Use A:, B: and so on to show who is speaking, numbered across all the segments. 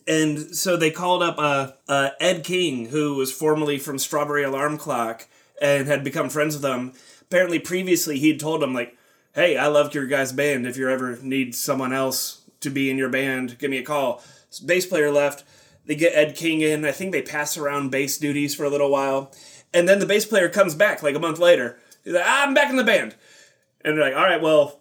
A: And so they called up uh, uh, Ed King, who was formerly from Strawberry Alarm Clock and had become friends with them. Apparently, previously he'd told them like, "Hey, I loved your guys' band. If you ever need someone else to be in your band, give me a call." Bass player left. They get Ed King in. I think they pass around bass duties for a little while, and then the bass player comes back like a month later. He's like, "Ah, "I'm back in the band," and they're like, "All right, well,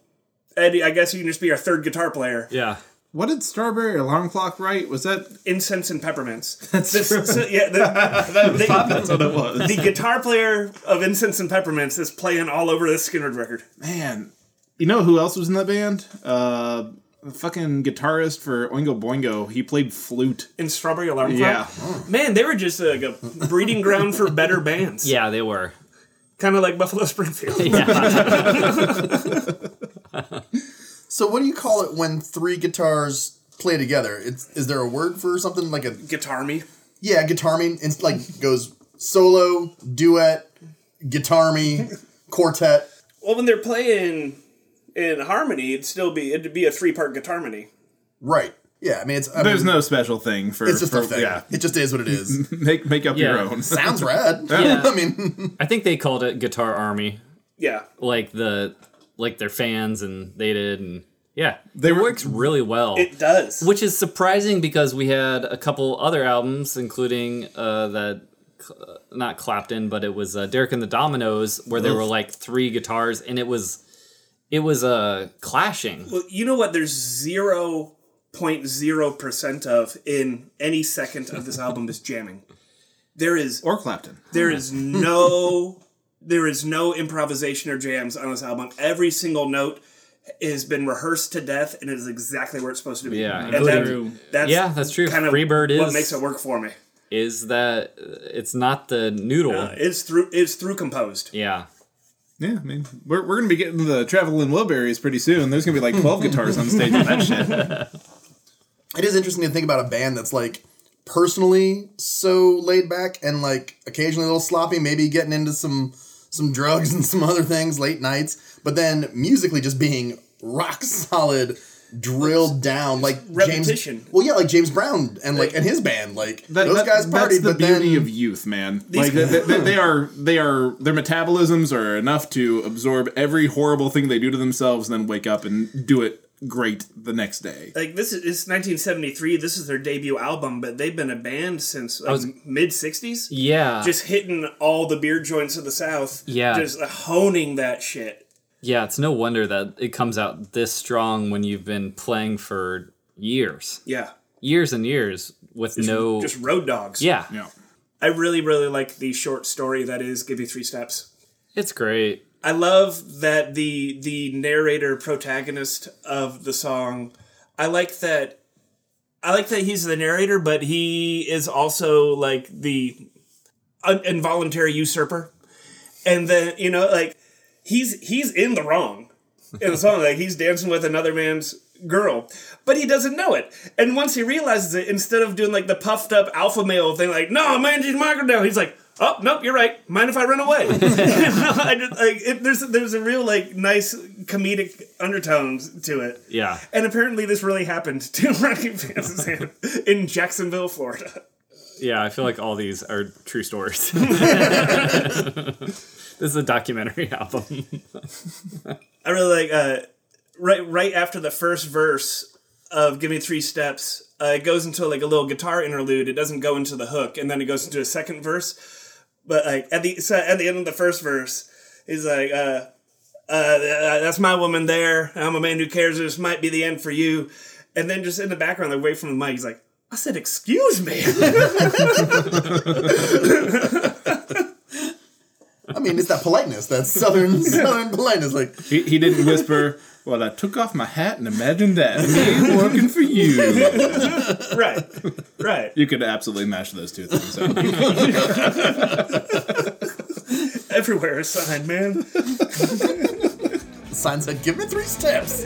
A: Ed, I guess you can just be our third guitar player."
B: Yeah,
C: what did Strawberry Alarm Clock write? Was that
A: Incense and peppermints. That's So, yeah, the, they-
C: that's what it was?
A: the guitar player of Incense and Peppermints is playing all over the Skinner record.
C: Man, you know who else was in that band? Uh, the fucking guitarist for Oingo Boingo. He played flute.
A: In Strawberry Alarm
C: Yeah.
A: Clock. Man, they were just like a breeding ground for better bands.
B: yeah, they were.
A: Kind of like Buffalo Springfield.
D: So what do you call it when three guitars play together? It's is there a word for something like a
A: Guitar me.
D: yeah guitar me? It's like goes solo, duet, guitar me, quartet.
A: Well, when they're playing in harmony, it'd still be it'd be a three part guitar harmony.
D: Right. Yeah. I mean it's I
C: There's
D: mean,
C: no special thing for.
D: It's just
C: for,
D: a thing.
C: Yeah.
D: It just is what it is.
C: Make make up your
B: Yeah.
C: own.
D: Sounds rad.
B: Yeah.
D: I mean,
B: I think they called it Guitar Army,
A: Yeah.
B: like the like their fans and they did, and yeah,
C: They
B: it
C: were-
B: works really well.
A: It does.
B: which is surprising because we had a couple other albums, including uh, that uh, not Clapton, but it was uh, Derek and the Dominoes, where there were like three guitars, and it was it was uh, clashing.
A: Well, you know what? There's zero point zero percent of in any second of this album is jamming. There is
C: Or Clapton.
A: There is no there is no improvisation or jams on this album. Every single note has been rehearsed to death and is exactly where it's supposed to be.
B: Yeah,
A: and that-
B: including-
A: that's
B: yeah, that's true.
A: Kind of
B: Freebird
A: what
B: is-
A: makes it work for me.
B: Is that uh, it's not the noodle?
A: It's through it's through composed.
B: yeah,
C: Yeah, I mean, we're, we're gonna be getting the traveling Wilburys pretty soon. There's gonna be like twelve guitars on stage with that shit.
D: it is interesting to think about a band that's like personally so laid back and like occasionally a little sloppy, maybe getting into some some drugs and some other things late nights, but then musically just being rock solid, drilled down like
A: repetition.
D: James. Well, yeah, like James Brown and like and his band, like
C: That-
D: those
C: that-
D: guys
C: That's
D: partied,
C: the
D: but
C: beauty
D: then
C: of youth, man. Like they, they, they are, they are, their metabolisms are enough to absorb every horrible thing they do to themselves, and then wake up and do it great the next day.
A: Like this is it's 1973. This is their debut album, but they've been a band since like,
B: was-
A: mid 60s.
B: yeah,
A: Just hitting all the beer joints of the South.
B: Yeah.
A: just uh, honing that shit.
B: yeah. It's no wonder that it comes out this strong when you've been playing for years,
A: Yeah,
B: years and years with no.
A: just road dogs.
B: yeah,
C: Yeah.
A: I really, really like the short story that is "Give You Three Steps."
B: it's great.
A: I love that the the narrator protagonist of the song. I like that. I like that he's the narrator, but he is also like the un- involuntary usurper, and then you know, like he's he's in the wrong in the song. Like he's dancing with another man's girl, but he doesn't know it. And once he realizes it, instead of doing like the puffed up alpha male thing, like "No, man, she's my girl now," he's like. Oh nope, you're right. Mind if I run away? I just, like, it, there's there's a real like nice comedic undertones to it,
B: Yeah,
A: and apparently this really happened to Ronnie Van Zant in Jacksonville, Florida.
B: Yeah, I feel like all these are true stories. this is a documentary album.
A: I really like uh, right right after the first verse. of "Give Me Three Steps." Uh, it goes into like a little guitar interlude. It doesn't go into the hook, and then it goes into a second verse. But like at the so at the end of the first verse, he's like, uh, uh, uh, "That's my woman there. I'm a man who cares. This might be the end for you." And then just in the background, like away from the mic, he's like, "I said, excuse me."
D: I mean, it's that politeness, that southern southern politeness. Like,
C: He, he didn't whisper, Well, I took off my hat and imagined that. Me working for you.
A: right, right.
C: You could absolutely mash those two things up.
A: Everywhere a sign, man.
D: the sign said, "Give me three steps."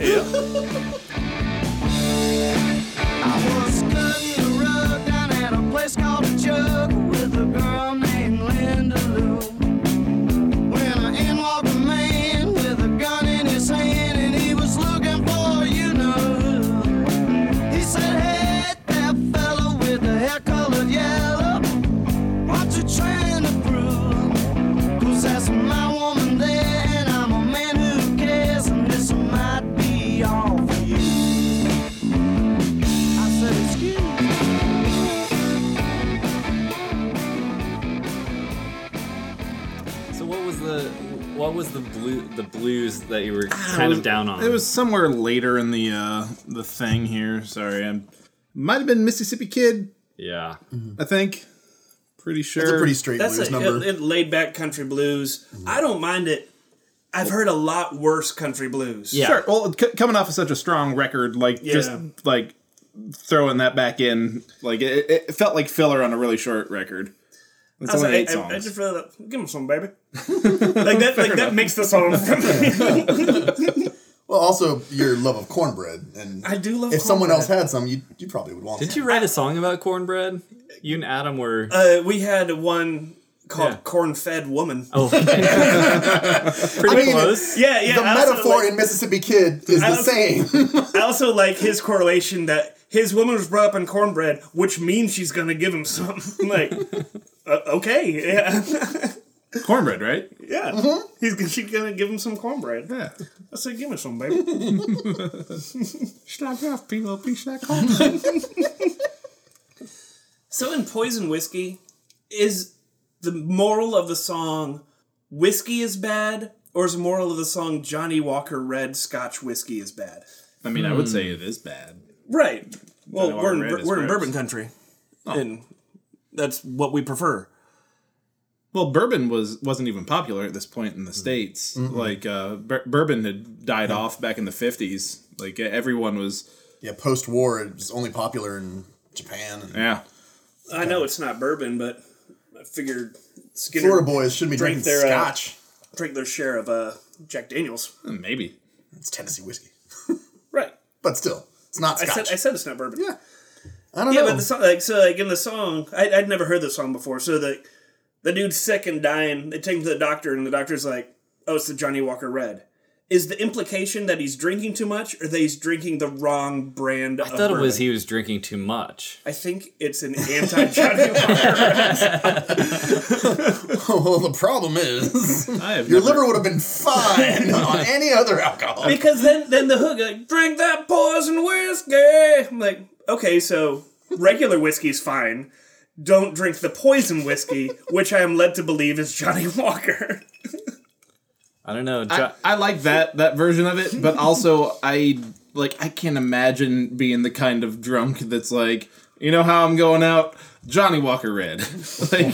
E: My woman there, and I'm a man who cares, and this might be all for you. I said, excuse me.
B: So what was the what was the blue the blues that you were kind of down on?
C: It was somewhere later in the uh, the thing here. Sorry, I might have been Mississippi Kid.
B: yeah.
C: I think. Pretty sure.
D: It's a pretty straight
A: That's
D: blues
A: a,
D: number. Mm-hmm.
A: It, laid back country blues. I don't mind it. I've heard a lot worse country blues.
B: Yeah.
C: Sure. Well, c- coming off of such a strong record, like just
A: Yeah.
C: like throwing that back in, like it, it felt like filler on a really short record. It's
A: I, was
C: only
A: like,
C: eight
A: I, I,
C: songs.
A: I just feel like, give him some, baby. like that, like that makes the song for me.
D: well, also your love of cornbread, and
A: I do love
D: If someone else
A: cornbread.
D: had some, you you probably would want.
B: Did
D: some.
B: you write a song about cornbread? You and Adam were.
A: Uh, we had one called
B: Yeah.
A: "Corn Fed Woman."
B: oh, pretty
D: mean,
B: close.
A: Yeah, yeah.
D: The
A: I also
D: metaphor
A: like-
D: in Mississippi Kid is the
A: don't-
D: same.
A: I also like his correlation that his woman was brought up on cornbread, which means she's gonna give him some. like, uh, okay, yeah,
C: Cornbread, right?
A: yeah.
D: Mm-hmm.
A: He's she's gonna give him some cornbread.
C: Yeah.
A: I said, give me some, baby.
C: Schlag off, people. Please schlag home.
A: So in Poison Whiskey, is the moral of the song whiskey is bad, or is the moral of the song Johnny Walker Red Scotch whiskey is bad?
C: I mean, I would say it is bad.
A: Right. Well,
C: Johnny
A: we're
C: Walker Red
A: in,
C: is
A: we're in
C: gross.
A: bourbon country, and that's what we prefer.
C: Well, bourbon was wasn't even popular at this point in the states. Like uh, bur- bourbon had died off back in the fifties. Like e-, everyone was,
D: yeah, post-war, it was only popular in Japan. And
C: yeah.
A: I know it's not bourbon, but I figured Skinner
D: Florida boys should be
A: Drink
D: drinking
A: their, uh,
D: scotch.
A: drink their share of uh, Jack Daniels.
C: hmm, Maybe
D: it's Tennessee whiskey,
A: Right.
D: but still, it's not
A: I
D: scotch.
A: said I said it's not bourbon.
D: Yeah. I don't
A: Yeah,
D: know.
A: but the song, like, so, like in the song, I, I'd never heard the song before. So the the dude's sick and dying. They take him to the doctor, and the doctor's like, "Oh, it's the Johnny Walker Red." Is the implication that he's drinking too much, or that he's drinking the wrong brand?
B: I thought it was he was drinking too much.
A: I think it's an anti Johnny Walker.
D: well, the problem is,
C: I have
D: your
C: never-
D: liver would have been fine on any other alcohol.
A: because then, then the hook like, drink that poison whiskey. I'm like, okay, so regular whiskey's fine. Don't drink the poison whiskey, which I am led to believe is Johnny Walker.
B: I don't know. Jo-
C: I, I like that that version of it, but also I like I can't imagine being the kind of drunk that's like, you know how I'm going out, Johnny Walker Red, like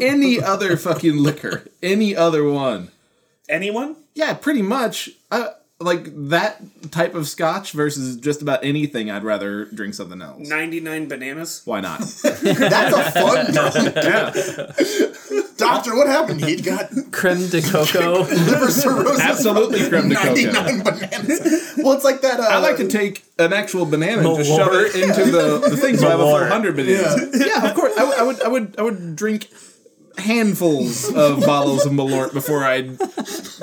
C: any other fucking liquor, any other one.
A: Anyone?
C: Yeah, pretty much. Uh, like that type of scotch versus just about anything. I'd rather drink something else.
A: 99 bananas?
C: Why not?
D: That's a fun drunk. Doctor, what happened? He got
B: creme de coco.
D: liver cirrhosis.
C: Absolutely creme de coco.
D: 99 bananas. Well, it's like that. Uh,
C: I like to take an actual banana and
B: The
C: just shove
B: lard.
C: it into the, the thing so I have a
B: The
C: full
B: lard.
C: hundred bananas. Yeah. of course. I, would- I would I would I would drink handfuls of bottles of Malort before I'd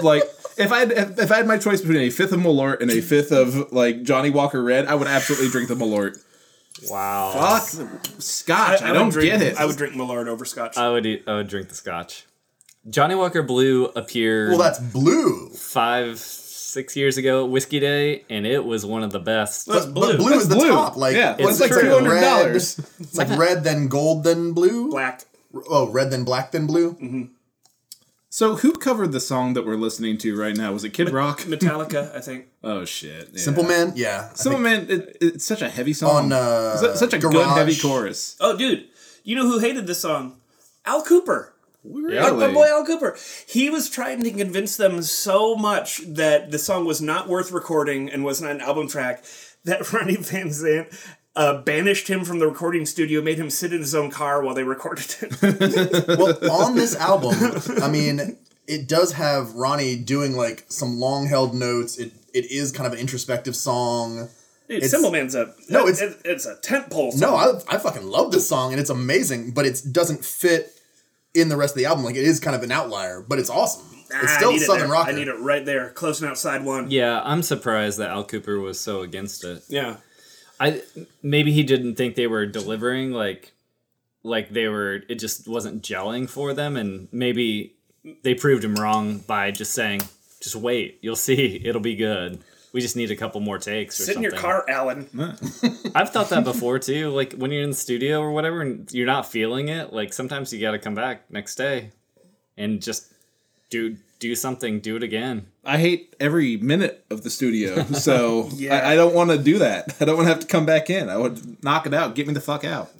C: like if I had if, if I had my choice between a fifth of Malort and a fifth of like Johnny Walker Red, I would absolutely drink the Malort.
B: wow.
C: Fuck Scotch, I,
A: would
C: don't
A: drink,
C: get it.
A: I would drink Millard over Scotch.
B: I would eat, I would drink the scotch. Johnny Walker Blue appeared
D: Well, that's blue.
B: five, six six years ago at Whiskey Day, and it was one of the best.
A: That's
D: But blue is the
C: blue.
D: top. Like
C: Yeah,
D: what
C: it's
D: is
C: like
D: it? It's
C: $200.
D: red- It's like red then gold then blue.
A: black. Mm-hmm.
D: Oh, red then black then blue.
C: So who covered the song that we're listening to right now? Was it Kid Rock?
A: Metallica, I think.
C: Oh shit! yeah.
D: Simple man. Yeah. I
C: Simple
D: think
C: Man. It, it's such a heavy song.
D: On, uh,
C: Su- such a good
D: Garage.
C: heavy chorus.
A: Oh, dude, you know who hated this song? Al Cooper.
C: Really?
A: My boy Al Cooper. He was trying to convince them so much that the song was not worth recording and was not an album track that Ronnie Van Zant uh, banished him from the recording studio, made him sit in his own car while they recorded it.
D: well, on this album, I mean, it does have Ronnie doing like some long held notes. It it is kind of an introspective song.
A: Dude,
D: It's-
A: Symbol Man's a
D: No, it's-
A: it- it's a tent pole. Song.
D: No, I, I fucking love this song and it's amazing, but it doesn't fit in the rest of the album. Like it is kind of an outlier, but it's awesome. It's
A: Ah, I
D: still
A: need it
D: Southern
A: there.
D: rock.
A: I need it right there, close and outside one.
B: Yeah, I'm surprised that Al Cooper was so against it.
A: yeah.
B: I maybe he didn't think they were delivering like like they were it just wasn't gelling for them and maybe they proved him wrong by just saying just wait you'll see it'll be good we just need a couple more takes or
A: Sit in
B: something
A: your car, Alan.
B: I've thought that before too like when you're in the studio or whatever and you're not feeling it like sometimes you got to come back next day and just do do something do it again
C: I hate every minute of the studio, so
A: Yeah.
C: I, I don't want to do that. I don't want to have to come back in. I would knock it out. Get me the fuck out.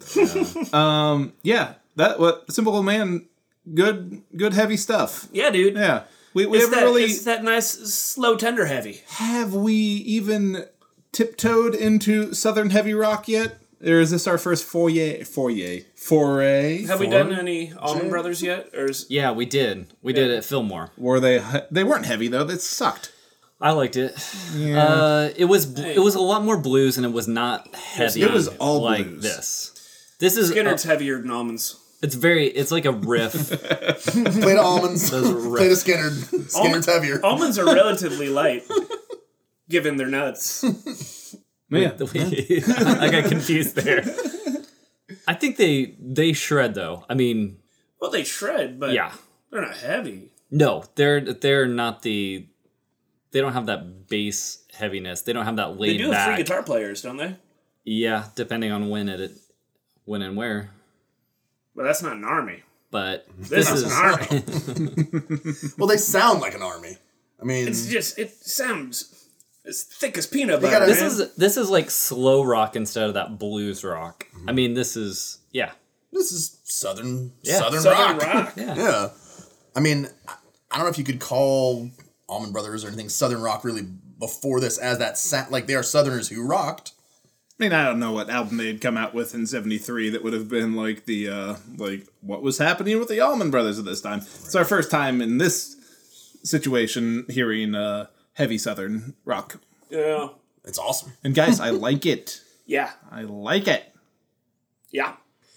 C: um, yeah, that what Simple Man. Good, good heavy stuff.
A: Yeah, dude.
C: Yeah, we, we
A: It's
C: haven't
A: that,
C: really
A: it's that nice, slow, tender heavy.
C: have we even tiptoed into southern heavy rock yet, or is this our first foyer foyer foray?
A: Have we done any Almond Brothers yet? Or is,
B: yeah we did we did it at Fillmore
C: Were they they weren't heavy though? That sucked.
B: I liked it. Uh, it was bl- it was a lot more blues, and it was not heavy.
C: It was all
B: like
C: blues.
B: this. This is
A: Skinner's
B: uh,
A: heavier than almonds.
B: it's very it's like a riff.
D: Play to almonds.
B: are
D: Play to Skinner. Skinner's heavier.
A: Almonds are relatively light, given their nuts.
C: Yeah.
B: I got confused there. I think they they shred though. I mean,
A: Well, they shred, but
B: yeah,
A: they're not heavy.
B: no, they're they're not the they don't have that bass heaviness. They don't have that
A: They
B: laid
A: do have
B: back.
A: three guitar players, don't they?
B: yeah, depending on when it when and where.
A: But that's not an army.
B: But
C: Mm-hmm.
A: This,
B: this
A: is,
B: is
A: an army.
D: Well, they sound like an army. I mean,
A: it's just it sounds as thick as peanut butter.
D: gotta-
B: this
A: man.
B: is this is like slow rock instead of that blues rock. I
C: Mm-hmm.
B: mean, this is yeah,
D: this is Southern
B: Yeah.
D: Southern,
A: Southern
D: rock.
A: rock.
B: yeah.
D: Yeah. I mean, I- I don't know if you could call Almond Brothers or anything Southern rock really before this as that sound. Like they are Southerners who rocked.
C: I mean, I don't know what album they'd come out with in '73 that would have been like the uh like what was happening with the Allman Brothers at this time. It's our first time in this situation hearing uh heavy southern rock.
A: Yeah.
D: It's awesome.
C: And guys, I like it.
A: Yeah.
C: I like it.
A: Yeah.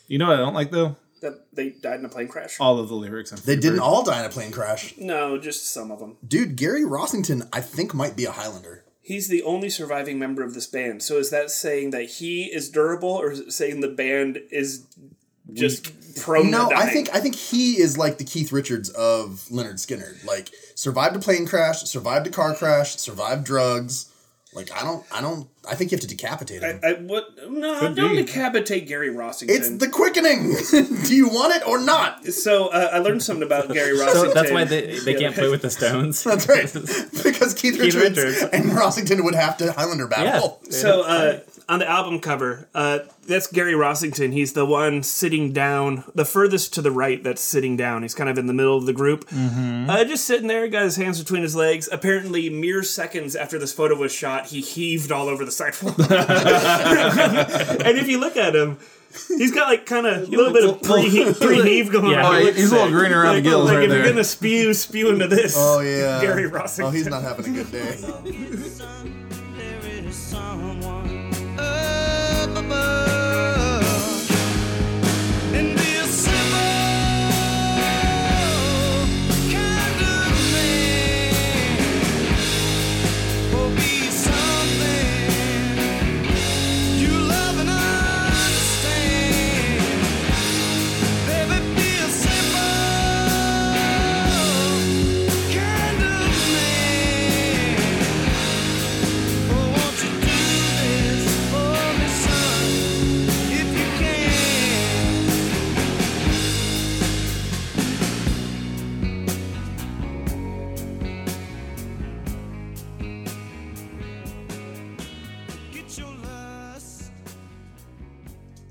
C: You know what I don't like though?
A: That they died in a plane crash.
C: All of the lyrics. on
D: They
C: Freebird.
D: didn't all die in a plane crash.
A: No, just some of them.
D: Dude, Gary Rossington, I think, might be a Highlander.
A: He's the only surviving member of this band. So is that saying that he is durable, or is it saying the band is just prone
D: No,
A: to
D: I
A: dying?
D: think I think he is like the Keith Richards of Leonard Skinner. Like survived a plane crash, survived a car crash, survived drugs. Like I don't, I don't, I think you have to decapitate him.
A: I, what? No, don't
C: be.
A: decapitate Gary Rossington.
D: it's the quickening. Do you want it or not?
A: so uh, I learned something about Gary Rossington.
B: So that's why they, they can't play with the Stones.
D: That's right. Because Keith, Richards,
B: Richards.
D: and Rossington would have to Highlander
B: Yeah.
C: Oh.
D: battle.
A: So uh, on the album cover, uh, that's Gary Rossington. He's the one sitting down, the furthest to the right. That's sitting down. He's kind of in the middle of the group, uh, just sitting there. Got his hands between his legs. Apparently, mere seconds after this photo was shot, he heaved all over the sidewalk. and if you look at him. He's got like kind of a little bit of pre heave going
B: Yeah.
A: on.
B: Oh,
A: He
B: he-
A: looks
C: he's a little green around
A: like,
C: the gills
A: like
C: right
A: if you're
C: there.
A: gonna spew, spew into this.
D: Oh yeah,
A: Gary Rossington.
D: Oh, he's not having a good day.
E: There is someone up above. Invisible kind of man will be something you love and understand. Baby, be a simple kind of man.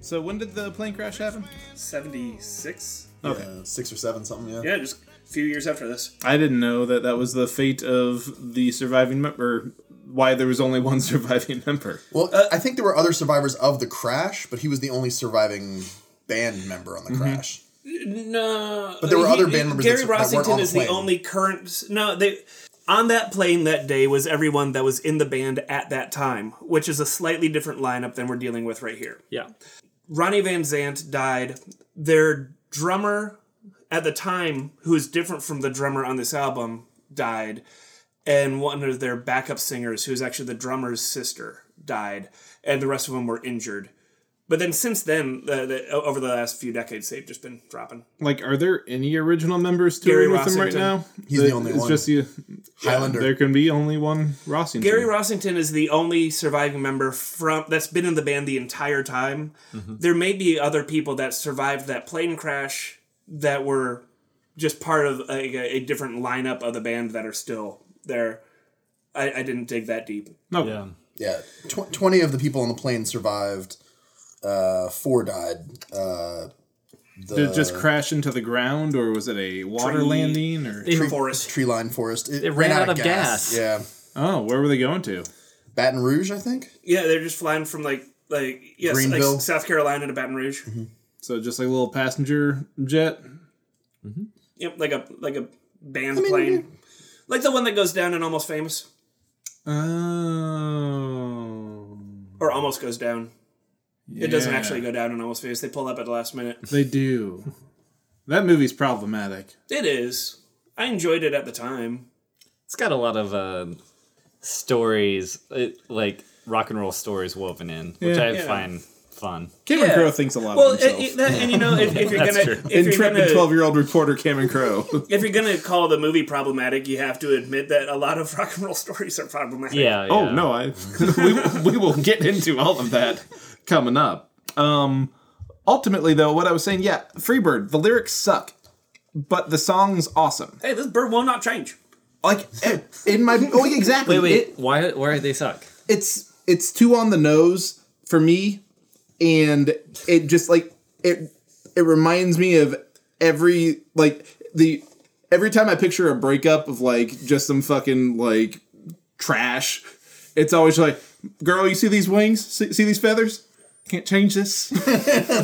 C: So when did the plane crash happen?
A: 76?
C: Okay.
D: Uh, six or seven, something. Yeah.
A: Yeah, just a few years after this.
C: I didn't know that that was the fate of the surviving member. Why there was only one surviving member.
D: Well, I think there were other survivors of the crash, but he was the only surviving band member on the crash.
A: No.
D: But there were other band members
A: Gary
D: that- that weren't
A: Rossington
D: on the
A: is the
D: plane.
A: only current. No, they. On that plane that day was everyone that was in the band at that time, which is a slightly different lineup than we're dealing with right here.
B: Yeah.
A: Ronnie Van Zant died. Their drummer at the time, who is different from the drummer on this album, died. And one of their backup singers, who is actually the drummer's sister, died. And the rest of them were injured. But then since then, the, the, o- over the last few decades, they've just been dropping.
C: Like, are there any original members
A: Gary
C: touring with him right
A: Rossington.
C: now?
D: He's the only
C: it's
D: one.
C: Just you,
D: Highlander.
C: There can be only one Rossington.
A: Gary Rossington is the only surviving member from that's been in the band the entire time. There may be other people that survived that plane crash that were just part of a, a different lineup of the band that are still there. I, I didn't dig that deep.
C: No.
B: Yeah.
D: Yeah, tw- twenty of the people on the plane survived. Uh, four died. Uh,
C: Did it just crash into the ground, or was it a water
A: Tree.
C: landing? Or
B: They-
A: Forest.
D: tree line forest. It,
B: It
D: ran, out, of
B: gas.
D: gas. Yeah,
C: oh, where were they going to?
D: Baton Rouge, I think.
A: Yeah, they're just flying from like like yes,
D: Greenville.
A: like South Carolina to Baton Rouge.
C: So just like a little passenger jet.
A: Yep, like a like a band plane, like the one that goes down in Almost Famous
C: Oh,
A: or Almost Goes Down. It doesn't actually go down in Almost Famous. They pull up at the last minute.
C: They do. That movie's problematic.
A: It is. I enjoyed it at the time.
B: It's got a lot of uh, stories, it, like rock and roll stories woven in, which
C: Yeah.
B: I
A: Yeah.
B: find fun.
C: Cameron
A: Yeah.
C: Crowe thinks a lot
A: Well,
C: of himself.
A: it, it- that, and you know, if, if you're
B: That's
A: gonna
B: true.
A: if you're
C: Intrepid
A: gonna,
C: twelve-year-old reporter Cameron Crowe.
A: if you're gonna call the movie problematic, you have to admit that a lot of rock and roll stories are problematic.
B: Yeah.
C: oh
B: yeah.
C: no, I we, we will get into all of that coming up. Um, ultimately, though, what I was saying, yeah, Freebird. The lyrics suck, but the song's awesome.
A: Hey, this bird will not change.
C: Like eh, in my oh exactly.
B: Wait, wait.
C: It-
B: why? Why they suck?
C: it's it's too on the nose for me and it just like it it reminds me of every like the every time i picture a breakup of like just some fucking like trash it's always like girl you see these wings see, see these feathers can't change this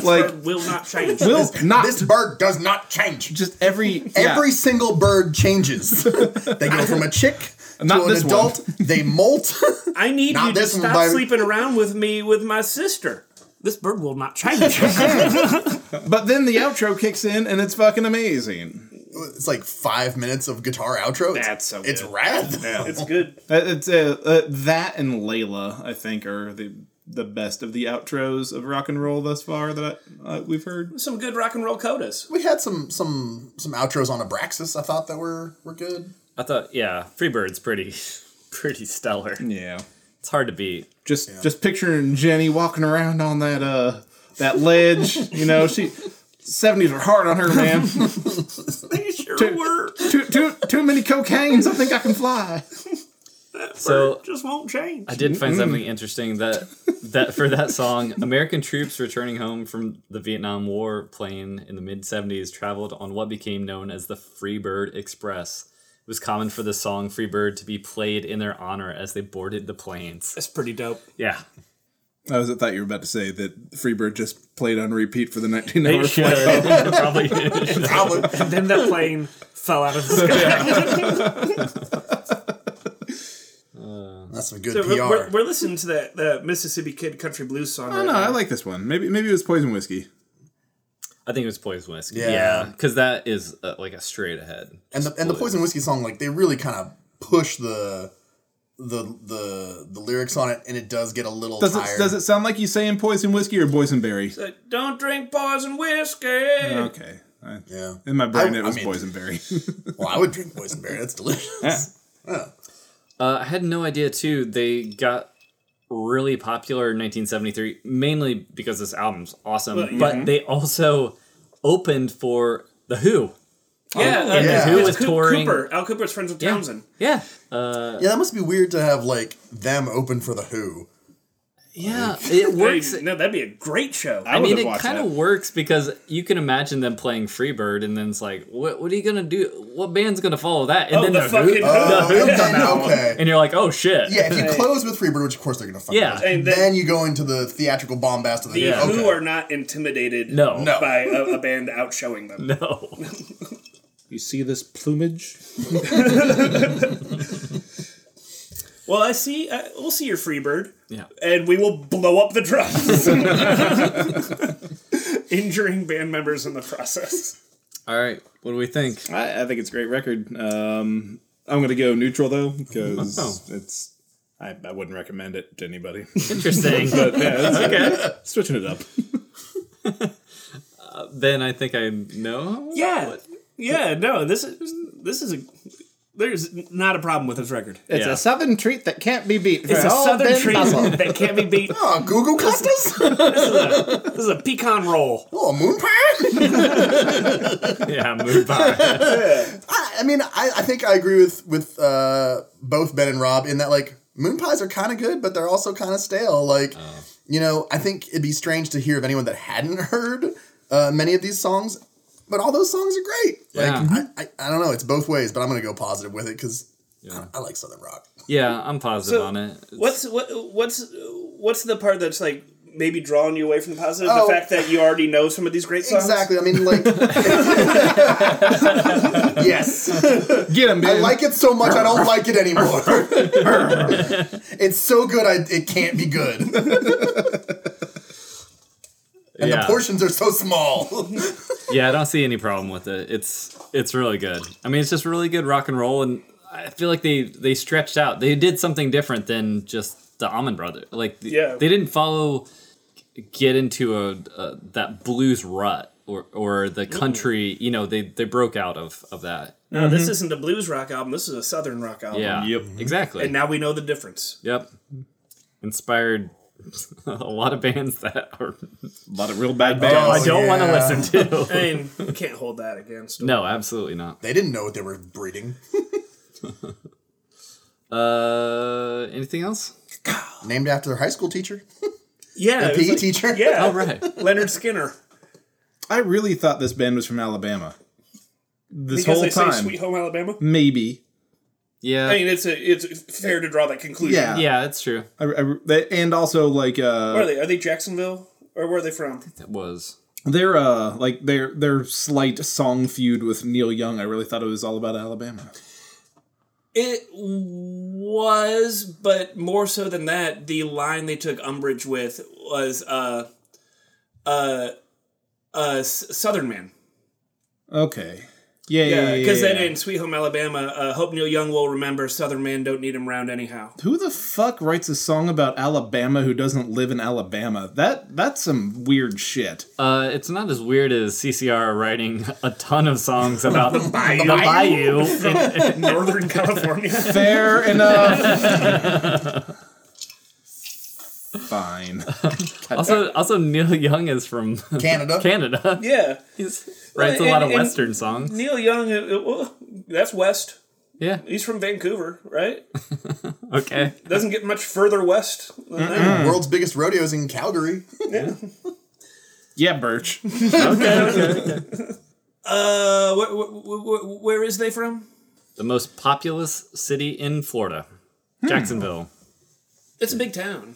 C: like
A: Bird will not change.
C: will not
D: This bird does not change.
C: just every
D: Every
C: yeah.
D: single bird changes. they go from a chick
C: Not
D: to an
C: this one.
D: adult. They molt.
A: I need
D: Not
A: you to
D: this one,
A: stop
D: baby.
A: sleeping around with me with my sister. This bird will not change.
C: but then the outro kicks in and it's fucking amazing
D: it's like five minutes of guitar outro. It's,
C: That's so
D: it's
C: good.
D: rad.
A: it's good.
C: Uh, It's uh, uh, that and Layla, I think, are the the best of the outros of rock and roll thus far that uh, we've heard.
A: Some good rock and roll codas.
D: We had some some some outros on Abraxas. I thought that were were good.
B: I thought, yeah, Freebird's pretty, pretty stellar.
C: Yeah,
B: It's hard to beat.
C: just just picturing Jenny walking around on that uh that ledge. you know, she seventies are hard on her, man.
A: They sure
C: Two-
A: were.
C: too too too many cocaines. I think I can fly.
B: So
A: Just won't change.
B: I did find something interesting that that for that song, American troops returning home from the Vietnam War plane in the mid '70s traveled on what became known as the Freebird Express. It was common for the song "Freebird" to be played in their honor as they boarded the planes.
A: That's pretty dope.
B: Yeah,
C: I was I thought you were about to say that Freebird just played on repeat for the nineteen hour.
B: it should probably.
D: Probably.
A: Then that plane fell out of the sky.
D: That's some good
A: So
D: PR.
A: we're, we're, we're listening to that the Mississippi Kid country blues song.
C: Oh
A: right
C: no, I
A: now.
C: like this one. Maybe maybe it was Poison Whiskey.
B: I think it was Poison Whiskey.
D: Yeah.
B: Yeah, because that is uh, like a straight ahead.
D: and the and the poison whiskey song, like they really kind of push the the the the lyrics on it, and it does get a little
C: Does
D: tired.
C: it does it sound like you saying Poison Whiskey or Boysenberry?
A: Like, Don't drink poison whiskey.
C: Okay. I-
D: Yeah.
C: In my brain,
D: I-
C: it was
D: I mean-
C: boysenberry.
D: Well, I would drink boysenberry. That's delicious.
B: Uh, I had no idea too. They got really popular in 1973, mainly because this album's awesome. But they also opened for the Who.
A: Yeah, uh,
D: Yeah. Who
A: it's
B: was
A: Coo-
B: touring-
A: Cooper. Al Cooper's friends with Townsend.
B: Yeah,
D: yeah, that must be weird to have like them open for the Who.
B: Yeah, it works.
A: Hey, no, that'd be a great show.
B: I
C: would
B: mean,
C: have
B: it
C: watched
B: kind
C: that.
B: of works because you can imagine them playing Freebird, and then it's like, what, what are you gonna do? What band's gonna follow that? And
A: Oh,
B: then
A: the fucking
B: Who,
A: Who.
B: the Who
D: okay,
B: come out,
D: okay.
B: and you're like, oh shit.
D: Oh, Yeah, if you close with Freebird, which of course they're gonna fucking
B: Yeah.
D: close,
A: And then-
D: then, you go into the theatrical bombast of the
B: Yeah.
D: okay.
A: Who are not intimidated
B: No. No.
A: by a, a band outshowing them.
B: no.
C: You see this plumage?
A: Well, I see. Uh, we'll see your Freebird,
B: Yeah.
A: and we will blow up the drums, injuring band members in the process.
B: All right. What do we think?
C: I, I think it's a great record. Um, I'm gonna go neutral though because it's I, I wouldn't recommend it to anybody.
B: Interesting.
C: But yeah, it's,
B: okay.
C: switching it up.
B: Then I think I know.
A: Yeah, yeah. No, this is this is a. There's not a problem with this record.
C: It's
B: Yeah.
C: a southern treat that can't be beat.
A: It's a southern treat that can't be beat.
D: Oh, Google Custis?
A: This is a pecan roll.
D: oh, a moon pie?
B: Yeah. Move by.
D: I, I mean, I, I think I agree with with uh, both Ben and Rob in that like moon pies are kind of good, but they're also kind of stale. Like, you know, I think it'd be strange to hear of anyone that hadn't heard uh, many of these songs, but all those songs are great. Like,
B: Yeah.
D: I, I, I don't know, it's both ways, but I'm gonna go positive with it because I, I like southern rock.
B: Yeah. I'm positive
A: So,
B: on it.
A: What's what what's what's the part that's like maybe drawing you away from the positive?
D: Oh.
A: The fact that you already know some of these great songs.
D: Exactly. I mean, like, yes.
C: Get him,
D: I like it so much I don't like it anymore. it's so good I, it can't be good. And the
B: yeah.
D: portions are so small.
B: Yeah, I don't see any problem with it. It's it's really good. I mean, it's just really good rock and roll, and I feel like they they stretched out. They did something different than just the Almond Brother. Like, th-
A: Yeah.
B: they didn't follow get into a, a that blues rut or or the
A: Mm-hmm.
B: country. You know, they they broke out of of that.
A: No, this isn't a blues rock album. This is a southern rock album.
B: Yeah,
C: Yep.
B: exactly.
A: Uh-huh. Mm-hmm. And now we know the difference.
B: yep, inspired a lot of bands that are
C: a lot of real bad
D: Oh,
B: I
C: bands.
B: don't want to
D: yeah.
B: listen to.
A: I mean, you can't hold that against. them.
B: No, absolutely not.
D: They didn't know what they were breeding.
B: Uh, anything else?
D: Named after their high school teacher,
A: Yeah. it was
D: PE
A: like-
D: teacher.
A: Yeah.
B: All right.
A: Leonard Skinner.
C: I really thought this band was from Alabama. This
A: Because
C: whole
A: they
C: time,
A: say Sweet Home Alabama.
C: maybe.
B: Yeah.
A: I mean, it's a, it's fair to draw that conclusion.
C: Yeah.
B: yeah, that's true.
C: I, I- they- and also like uh,
A: Where are they? Are they Jacksonville? Or where are they from?
B: It was.
C: their uh like their their slight song feud with Neil Young, I really thought it was all about Alabama.
A: It was, but more so than that, the line they took umbrage with was uh, uh, uh, S- Southern Man.
C: Okay. Yeah, yeah,
A: Yeah,
C: yeah.
A: because
C: yeah,
A: then
C: yeah.
A: in Sweet Home Alabama, uh, hope Neil Young will remember Southern Man don't need him round anyhow.
C: who the fuck writes a song about Alabama who doesn't live in Alabama? That that's some weird shit.
B: Uh, it's not as weird as CCR writing a ton of songs about the bayou, and- and
A: Northern California.
C: Fair enough. Fine.
B: also, also Neil Young is from
D: Canada.
B: Canada.
A: yeah.
B: He's writes a lot of
A: And- and-
B: Western songs.
A: Neil Young, uh, uh, well, that's West.
B: Yeah.
A: He's from Vancouver, right?
B: Okay.
A: Doesn't get much further west than that.
D: World's biggest rodeos in Calgary.
C: Yeah, Birch.
A: Uh, wh- wh- wh- wh- where is they from?
B: The most populous city in Florida,
A: Hmm.
B: Jacksonville.
A: It's a big town.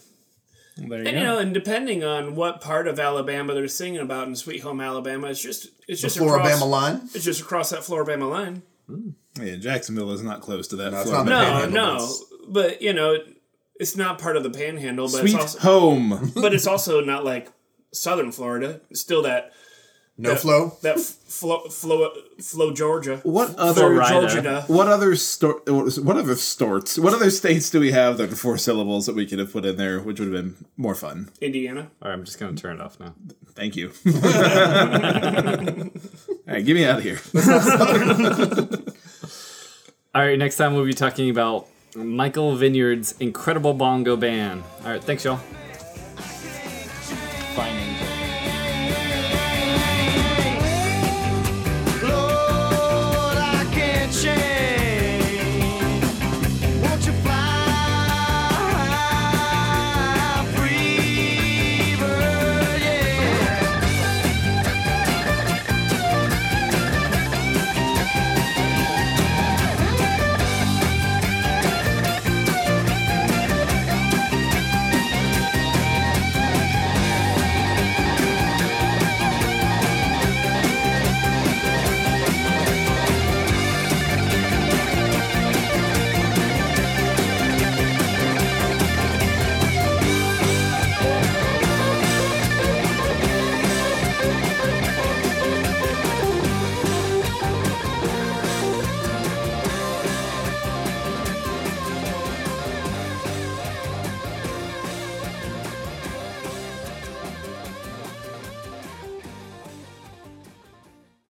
C: There
A: And, you know, and depending on what part of Alabama they're singing about in Sweet Home Alabama, it's just it's just across,
D: Floribama line.
A: It's just across that Floribama line.
C: Yeah, Jacksonville is not close to that.
D: it's
C: Florida.
D: not
A: No,
D: Panhandle,
A: no,
D: it's-
A: but you know, it- it's not part of the Panhandle, but
C: Sweet
A: it's also
C: home.
A: but it's also not like Southern Florida. It's still that
D: No flow.
A: that flow flow flow Georgia.
C: What other
B: Florida.
A: Georgia.
C: What other sto- What other storts? What other states do we have that are four syllables that we could have put in there, which would have been more fun?
A: Indiana.
B: All right, I'm just gonna turn it off now.
C: Thank you. All right, get me out of here.
B: All right, next time we'll be talking about Michael Vineyard's incredible bongo band. All right, thanks y'all.